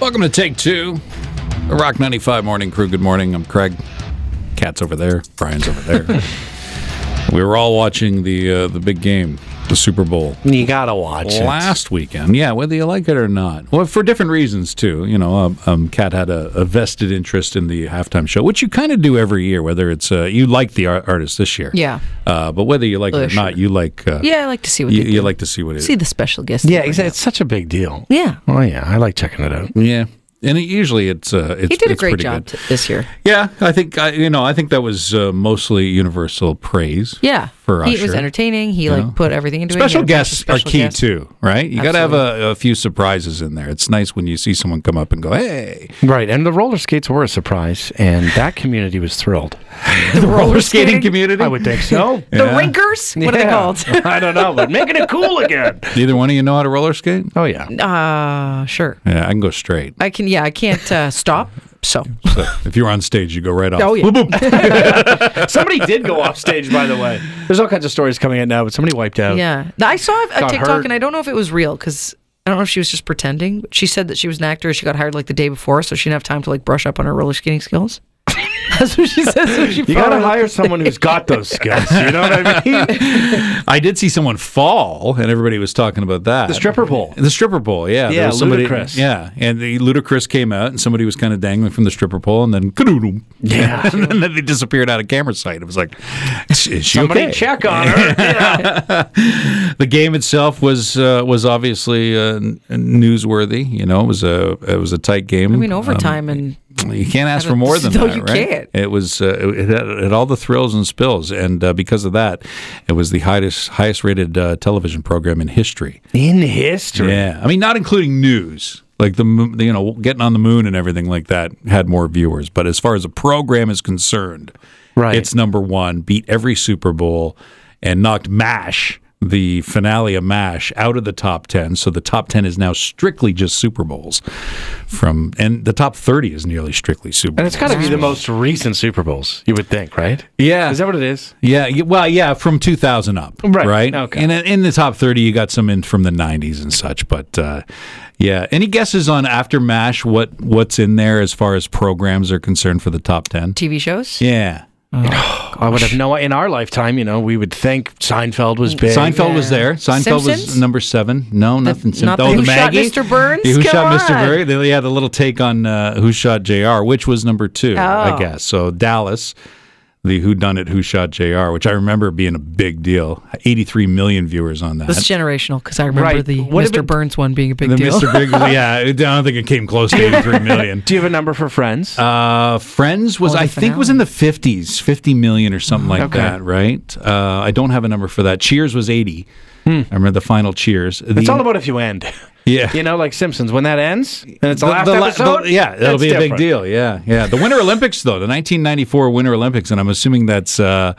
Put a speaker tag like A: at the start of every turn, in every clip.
A: Welcome to Take Two, the Rock 95 Morning Crew. Good morning. I'm Craig. Cat's over there. Brian's over there. we were all watching the uh, the big game, the Super Bowl
B: You gotta watch it.
A: last weekend. Yeah, whether you like it or not. Well, for different reasons too. You know, um, um, Kat had a, a vested interest in the halftime show, which you kind of do every year. Whether it's uh, you like the ar- artist this year,
C: Yeah.
A: uh, but whether you like it
C: Uh,
A: or
C: sure.
A: not, you like uh,
C: Yeah, I like to see what
A: you,
C: they
A: you
C: do.
A: like to see what it is.
C: see the special guest.
B: Yeah,
C: they
B: exactly.
C: bring
B: It's such a big deal.
C: out. Yeah,
B: Oh yeah, I like checking it out.
A: yeah, and usually it's uh, it's
C: he did a
A: it's
C: great
A: pretty
C: job
A: good.
C: t- this year.
A: Yeah, I think I, you know. I think that was uh, mostly universal praise.
C: Yeah,
A: for
C: he
A: Usher.
C: it was entertaining. He
A: know?
C: like put everything into
A: Special
C: it. He had a bunch of
A: guests
C: special
A: are key
C: guests.
A: too, right? You got to have a, a few surprises in there. It's nice when you see someone come up and go, "Hey!"
B: Right, and the roller skates were a surprise, and that community was thrilled.
A: The roller
C: skating?
A: community.
B: I would think so.
C: The
A: Yeah.
C: Rinkers. What
B: Yeah.
C: are they
B: I don't know, but making it cool again.
A: Neither one of you know how to roller skate.
B: Oh yeah,
C: called? Uh, sure.
A: Yeah, I can go straight.
C: I can. Yeah, I can't uh, stop. So.
A: So if you're on stage, you go right off.
C: Oh yeah.
B: somebody did go off stage, by the way. There's all kinds of stories coming out now, but somebody wiped out.
C: Yeah, Th- I saw a
B: Got
C: TikTok,
B: hurt.
C: and I don't know if it was real because I don't know if she was just pretending. But she said that she was an actor. She got hired like the day before, so she didn't have time to like brush up on her roller skating skills. That's what she says. So she
B: You gotta
C: probably-
B: hire someone who's got those skills. You know what I mean?
A: I did see someone fall, and everybody was talking about that.
B: The stripper pole.
A: The stripper pole, yeah.
B: Yeah,
A: somebody,
B: Ludacris.
A: Yeah, and the ludicrous came out, and somebody was kind of dangling from the stripper pole, and then kadoodle.
B: Yeah.
A: and then they disappeared out of camera sight. It was like, is, is she
B: Somebody
A: okay?
B: check on her.
A: The game itself was uh, was obviously uh, n- newsworthy. You know, it was a it was a tight game.
C: I mean,
A: Um,
C: overtime and
A: You can't ask for
C: I don't-
A: more than
C: No,
A: that,
C: you
A: right?
C: can't.
A: It was uh, it, it had, it had all the thrills and spills, and uh, because of that, it was the highest highest rated uh, television program in history.
B: In history.
A: Yeah, I mean, not including news, like the mo- the, you know getting on the moon and everything like that had more viewers. But as far as a program is concerned,
B: Right.
A: it's number one. Beat every Super Bowl and knocked Mash. The finale of MASH out of the top 10. So the top 10 is now strictly just Super Bowls. From And the top 30 is nearly strictly Super
B: And
A: Bowls.
B: it's got to be the most recent Super Bowls, you would think, right?
A: Yeah.
B: Is that what it is?
A: Yeah, y- well, yeah, from 2000 up,
B: Right,
A: Right.
B: okay.
A: And in- in the top 30, you got some in from the 90s and such. But uh, yeah, any guesses on after Mash? What what's in there as far as programs are concerned for the top 10?
C: TV shows.
A: Yeah,
B: I would have no. In our lifetime, you know, we would think Seinfeld was big.
A: Seinfeld was
C: Yeah.
A: there. Seinfeld was
C: Simpsons?
A: number seven. No, nothing. Sim-
C: not the
A: oh,
C: Who Shot Mr. Burns?
A: Yeah, who
C: Come
A: shot Mr.
C: on.
A: Burns? They had a little take on uh, Who Shot Jr., which was number two, I
C: Oh.
A: guess. So Dallas, the Who Done It, Who Shot Jr., which I remember being a big deal. 83 million viewers on that.
C: This is generational because I remember
B: Right.
C: the
B: What if
C: Mr.
B: it-
C: Burns one being a big
A: the
C: deal.
A: Mr. Big, yeah, I don't think it came close to 83 million.
B: Do you have a number for Friends?
A: Uh, Friends was,
C: Oh, the
A: I think, was in the 50s, 50 million or something like
B: Okay.
A: that, right? Uh, I don't have a number for that. Cheers was 80. I remember the final Cheers.
B: Hmm. it's all about if you end.
A: yeah.
B: You know, like Simpsons, when that ends and it's the,
A: The-
B: last
A: the la-
B: episode.
A: the- yeah, that'll
B: it's
A: be a big
B: different.
A: deal. Yeah, yeah. The Winter Olympics, though, the 1994 Winter Olympics, and I'm assuming that's, uh,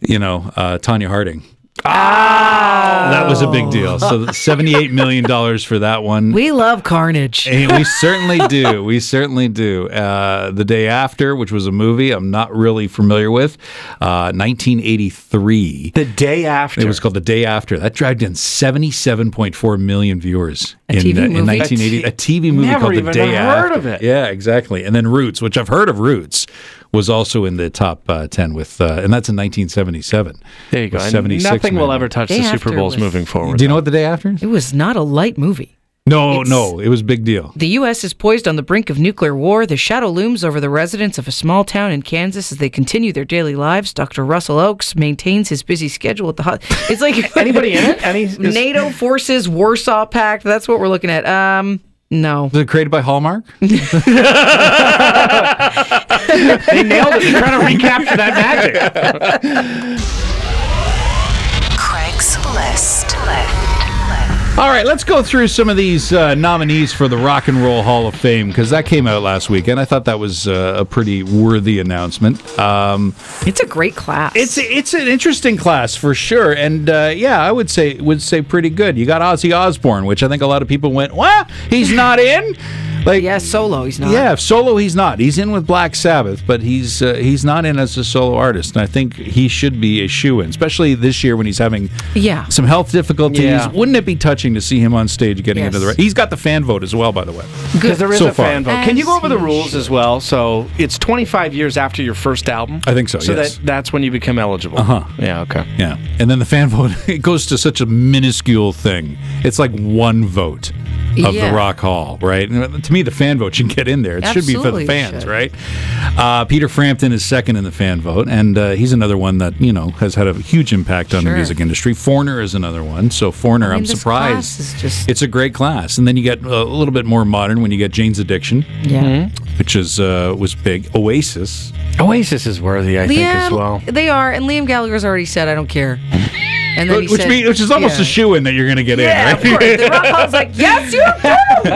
A: you know, uh, Tanya Harding.
B: Oh!
A: Ah, that was a big deal. So 78 million dollars for that one.
C: we love Carnage.
A: And we certainly do. We certainly do. Uh, the day after, which was a movie I'm not really familiar with, uh, 1983.
B: The day after.
A: It was called The Day After. That dragged in 77.4 million viewers
C: A
A: in,
C: TV
A: uh, in
C: movie?
A: 1980.
B: A
A: A TV movie
B: Never
A: called The
B: even
A: Day
B: heard
A: After.
B: of it.
A: Yeah, exactly. And then Roots, which I've heard of Roots, was also in the top uh, 10 with, uh, and that's in 1977.
B: There you go.
A: With
B: And
A: 76
B: Nothing will
A: million.
B: ever touch
C: Day
B: the Super
C: after
B: Bowls
C: was-
B: moving forward.
A: Do you know what The Day After is?
C: It was not a light movie.
A: No,
C: It's-
A: no. It was a big deal.
C: The U.S. is poised on the brink of nuclear war. The shadow looms over the residents of a small town in Kansas as they continue their daily lives. Dr. Russell Oakes maintains his busy schedule at the hot. It's like
B: Anybody in it? Any? is-
C: NATO forces, Warsaw Pact. That's what we're looking at. Um, no.
A: Was it created by Hallmark?
B: they nailed it. They're trying to recapture that magic.
D: Craig's List.
A: All right, let's go through some of these uh, nominees for the Rock and Roll Hall of Fame because that came out last weekend. I thought that was uh, a pretty worthy announcement. Um,
C: It's a great class.
A: it's it's an interesting class for sure, and uh, yeah, I would say would say pretty good. You got Ozzy Osbourne, which I think a lot of people went, "What? He's not in." Like,
C: Yeah, solo. He's not.
A: yeah, if solo he's not. He's in with Black Sabbath, but he's uh, he's not in as a solo artist, and I think he should be a shoe in, especially this year when he's having
C: Yeah.
A: some health difficulties.
B: Yeah.
A: Wouldn't it be touching to see him on stage getting
C: Yes.
A: into the? Right? He's got the fan vote as well, by the way.
B: Because there is
A: So
B: a
A: far.
B: fan vote. Can you go over the
C: As you
B: rules as well? So it's 25 years after your first album.
A: I think so,
B: So
A: yes. Uh-huh.
B: that that's when you become eligible. Uh huh. Yeah. Okay.
A: Yeah, and then the fan vote it goes to such a minuscule thing. It's like one vote of
C: Yeah.
A: the Rock Hall, right? And uh, to me, the fan vote should get in there. It should be for
C: Absolutely,
A: the
C: it
A: fans,
C: should.
A: right? Uh, Peter Frampton is second in the fan vote, and uh, he's another one that you know has had a huge impact on the
C: Sure.
A: music industry. Forner is another one. So Forner, am
C: I mean, this
A: surprised.
C: class is just-
A: It's a great class, and then you get uh, a little bit more modern when you get Jane's Addiction,
C: Yeah.
A: which is uh, was big. Oasis,
B: Oasis is worthy, I think, as well.
C: They are, and Liam Gallagher's already said, "I don't care." And then he
A: which
C: said,
A: mean- which is almost
C: yeah.
A: a shoe in that you're going to get
C: Yeah,
A: in,
C: of
A: right?
C: course. The rock hall's like, "Yes, you do."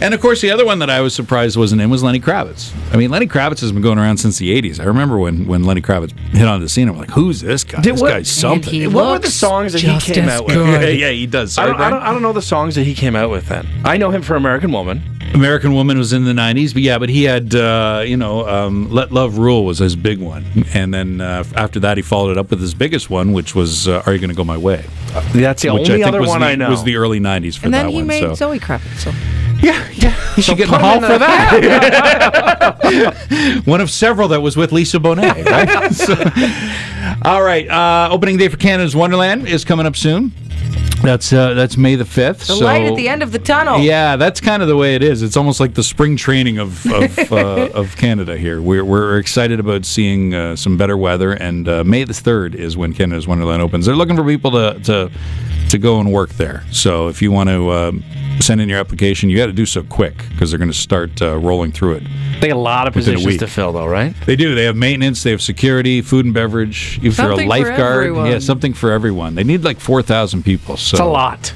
A: And of course, the other one that I was surprised wasn't in was Lenny Kravitz. I mean, Lenny Kravitz has been going around since the '80s. I remember when when Lenny Kravitz hit on the scene. I'm like, who's this guy?
B: Did
A: this
B: what-
A: guy's something.
C: And he
B: What were the
C: looks
B: songs that he
C: just
B: came
C: as
B: out with?
C: good.
A: yeah, yeah, he does.
B: I
A: right,
B: don't, I, don't,
A: Brian?
B: I don't know the songs that he came out with then. I know him for American Woman.
A: American Woman was in the '90s, but yeah, but he had uh, you know um, Let Love Rule was his big one, and then uh, after that he followed it up with his biggest one, which was uh, Are You Gonna Go My Way,
B: That's the
A: which
B: only
A: I think
B: other
A: was
B: one
A: the,
B: I know.
A: was the early '90s for
C: And then
A: that
C: he
A: one.
C: made
A: so.
C: Zoe Kravitz. So.
A: Yeah, yeah. He should get in the
B: put him
A: hall
B: in
A: for
B: the-
A: that. One of several that was with Lisa Bonet, right? So- all right. Uh, opening day for Canada's Wonderland is coming up soon. That's uh, that's May the fifth.
C: The light at the end of the tunnel.
A: Yeah, that's kind of the way it is. It's almost like the spring training of of, uh, of Canada here. We're, we're excited about seeing uh, some better weather, and uh, May the third is when Canada's Wonderland opens. They're looking for people to to to go and work there. So if you want to um, send in your application, you got to do so quick because they're going to start uh, rolling through it.
B: They got a lot of
A: Within a
B: positions
A: week.
B: to fill, though, right?
A: They do. They have maintenance. They have security, food and beverage. If
C: Something for
A: you're a lifeguard,
C: everyone.
A: yeah, something for everyone. They need like four thousand people. So
B: It's a lot.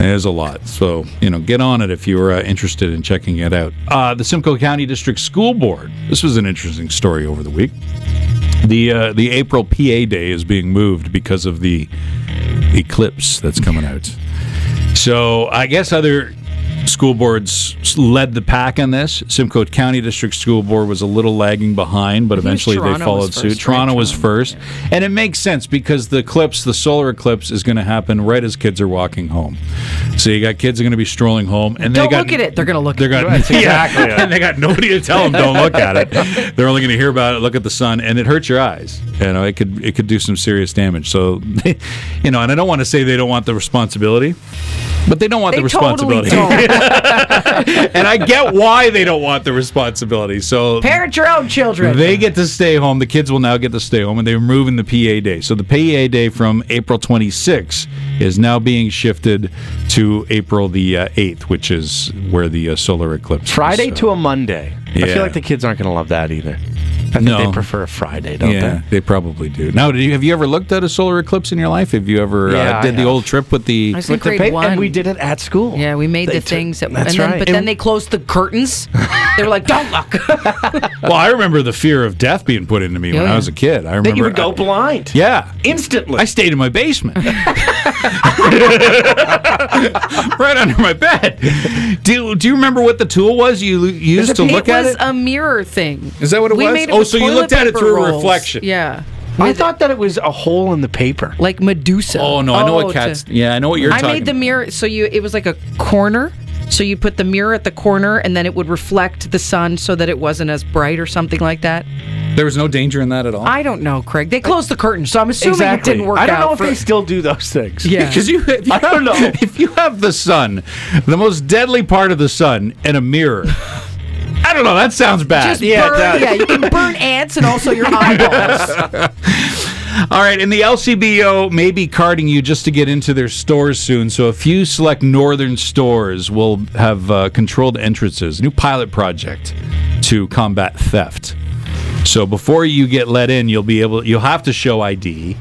A: it is a lot. So, you know, get on it if you're uh, interested in checking it out. Uh, the Simcoe County District School Board. This was an interesting story over the week. The uh, the April PA Day is being moved because of the eclipse that's coming out. So, I guess other school boards s- led the pack on this. Simcoe County District School Board was a little lagging behind, but
C: think it was
A: eventually they
C: Toronto
A: followed
C: was
A: suit.
C: first, right?
A: Toronto was
C: Toronto,
A: first, and it makes sense because the eclipse, the solar eclipse, is going to happen right as kids are walking home. So you got kids are going to be strolling home, and they
C: Don't
A: got,
C: look at it. They're gonna look.
A: They're going
B: Right, exactly.
A: and they got nobody to tell them don't look at it. They're only going to hear about it, look at the sun, and it hurts your eyes. You know, it could it could do some serious damage. So, you know, and I don't want to say they don't want the responsibility, but they don't want
C: They
A: the
C: totally
A: responsibility,
C: don't.
A: and I get why they don't want the responsibility. So
C: Parent your own children.
A: they get to stay home. The kids will now get to stay home, and they're moving the PA day. So the PA day from April 26 is now being shifted to April the uh, 8th, which is where the uh, solar eclipse.
B: Friday
A: is, uh,
B: to a Monday. I
A: Yeah.
B: feel like the kids aren't going to love that either. I think
A: No.
B: they prefer a Friday, don't
A: yeah, they? probably do. Now, did you, have you ever looked at a solar eclipse in your life? Have you ever
B: Yeah,
A: uh,
B: I
A: did the
B: have.
A: old trip with the?
C: I was
B: they?
C: in grade
B: paper-
C: one.
B: and we did it at school.
C: Yeah, we made
B: They
C: the
B: took-
C: things that.
B: That's
C: and then,
B: right.
C: But
B: And-
C: then they closed the curtains. they were like, "Don't look."
A: Well, I remember the fear of death being put into me when
C: Yeah.
A: I was a kid. I remember
B: That you would go
A: I-
B: blind.
A: yeah.
B: Instantly.
A: I stayed in my basement. right under my bed. Do, do you remember what the tool was you l- used to look
C: it
A: at
C: was
A: it?
C: a mirror thing.
A: Is that what it
C: we
A: was?
C: Made it
A: Oh,
C: with
A: so you
C: toilet
A: looked at it
C: paper
A: through a
C: rolls.
A: reflection.
C: Yeah,
B: I thought that it was a hole in the paper.
C: like Medusa.
A: oh no, I know what cats.
C: to-
A: yeah, I know what you're
C: I
A: talking.
C: made the
A: about.
C: mirror so you it was like a corner. So you put the mirror at the corner and then it would reflect the sun so that it wasn't as bright or something like that.
A: There was no danger in that at all.
C: I don't know, Craig. They closed the curtain, so I'm assuming it didn't work
B: I don't
C: out
B: know if
C: for-
B: they still do those things.
C: Yeah.
A: Because you, if you
B: I don't
A: have-
B: know.
A: If you have the sun, the most deadly part of the sun, and a mirror. I don't know. That sounds bad.
C: just
B: Yeah, it
C: burn,
B: does.
C: yeah, you can burn ants and also your eyeballs.
A: All right, and the LCBO may be carding you just to get into their stores soon. So a few select northern stores will have uh, controlled entrances. New pilot project to combat theft. So before you get let in, you'll be able. You'll have to show ID.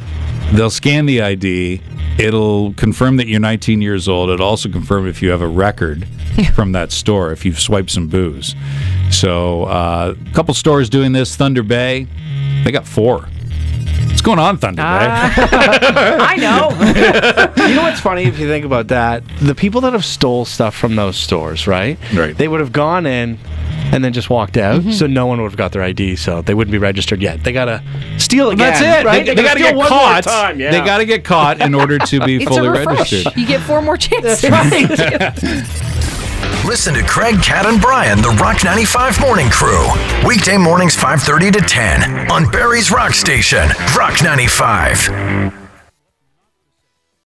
A: They'll scan the ID. It'll confirm that you're 19 years old. It'll also confirm if you have a record from that store if you've swiped some booze. So uh, a couple stores doing this. Thunder Bay, they got four. It's going on, Thunder Bay?
C: I know.
B: You know what's funny if you think about that? The people that have stole stuff from those stores, right?
A: Right.
B: They would have gone in and then just walked out, so no one would have got their ID, so they wouldn't be registered yet. They gotta steal again.
A: That's it.
B: Right?
A: They, got to
B: steal
A: get
B: one more
A: caught.
B: time, yeah.
A: They got to get caught in order to be
C: It's
A: fully
C: a refresh.
A: registered.
C: You get four more chances.
E: Listen to Craig, Cat, and Brian, the Rock 95 Morning Crew. Weekday mornings 5.30 to 10 on Barry's Rock Station, Rock 95.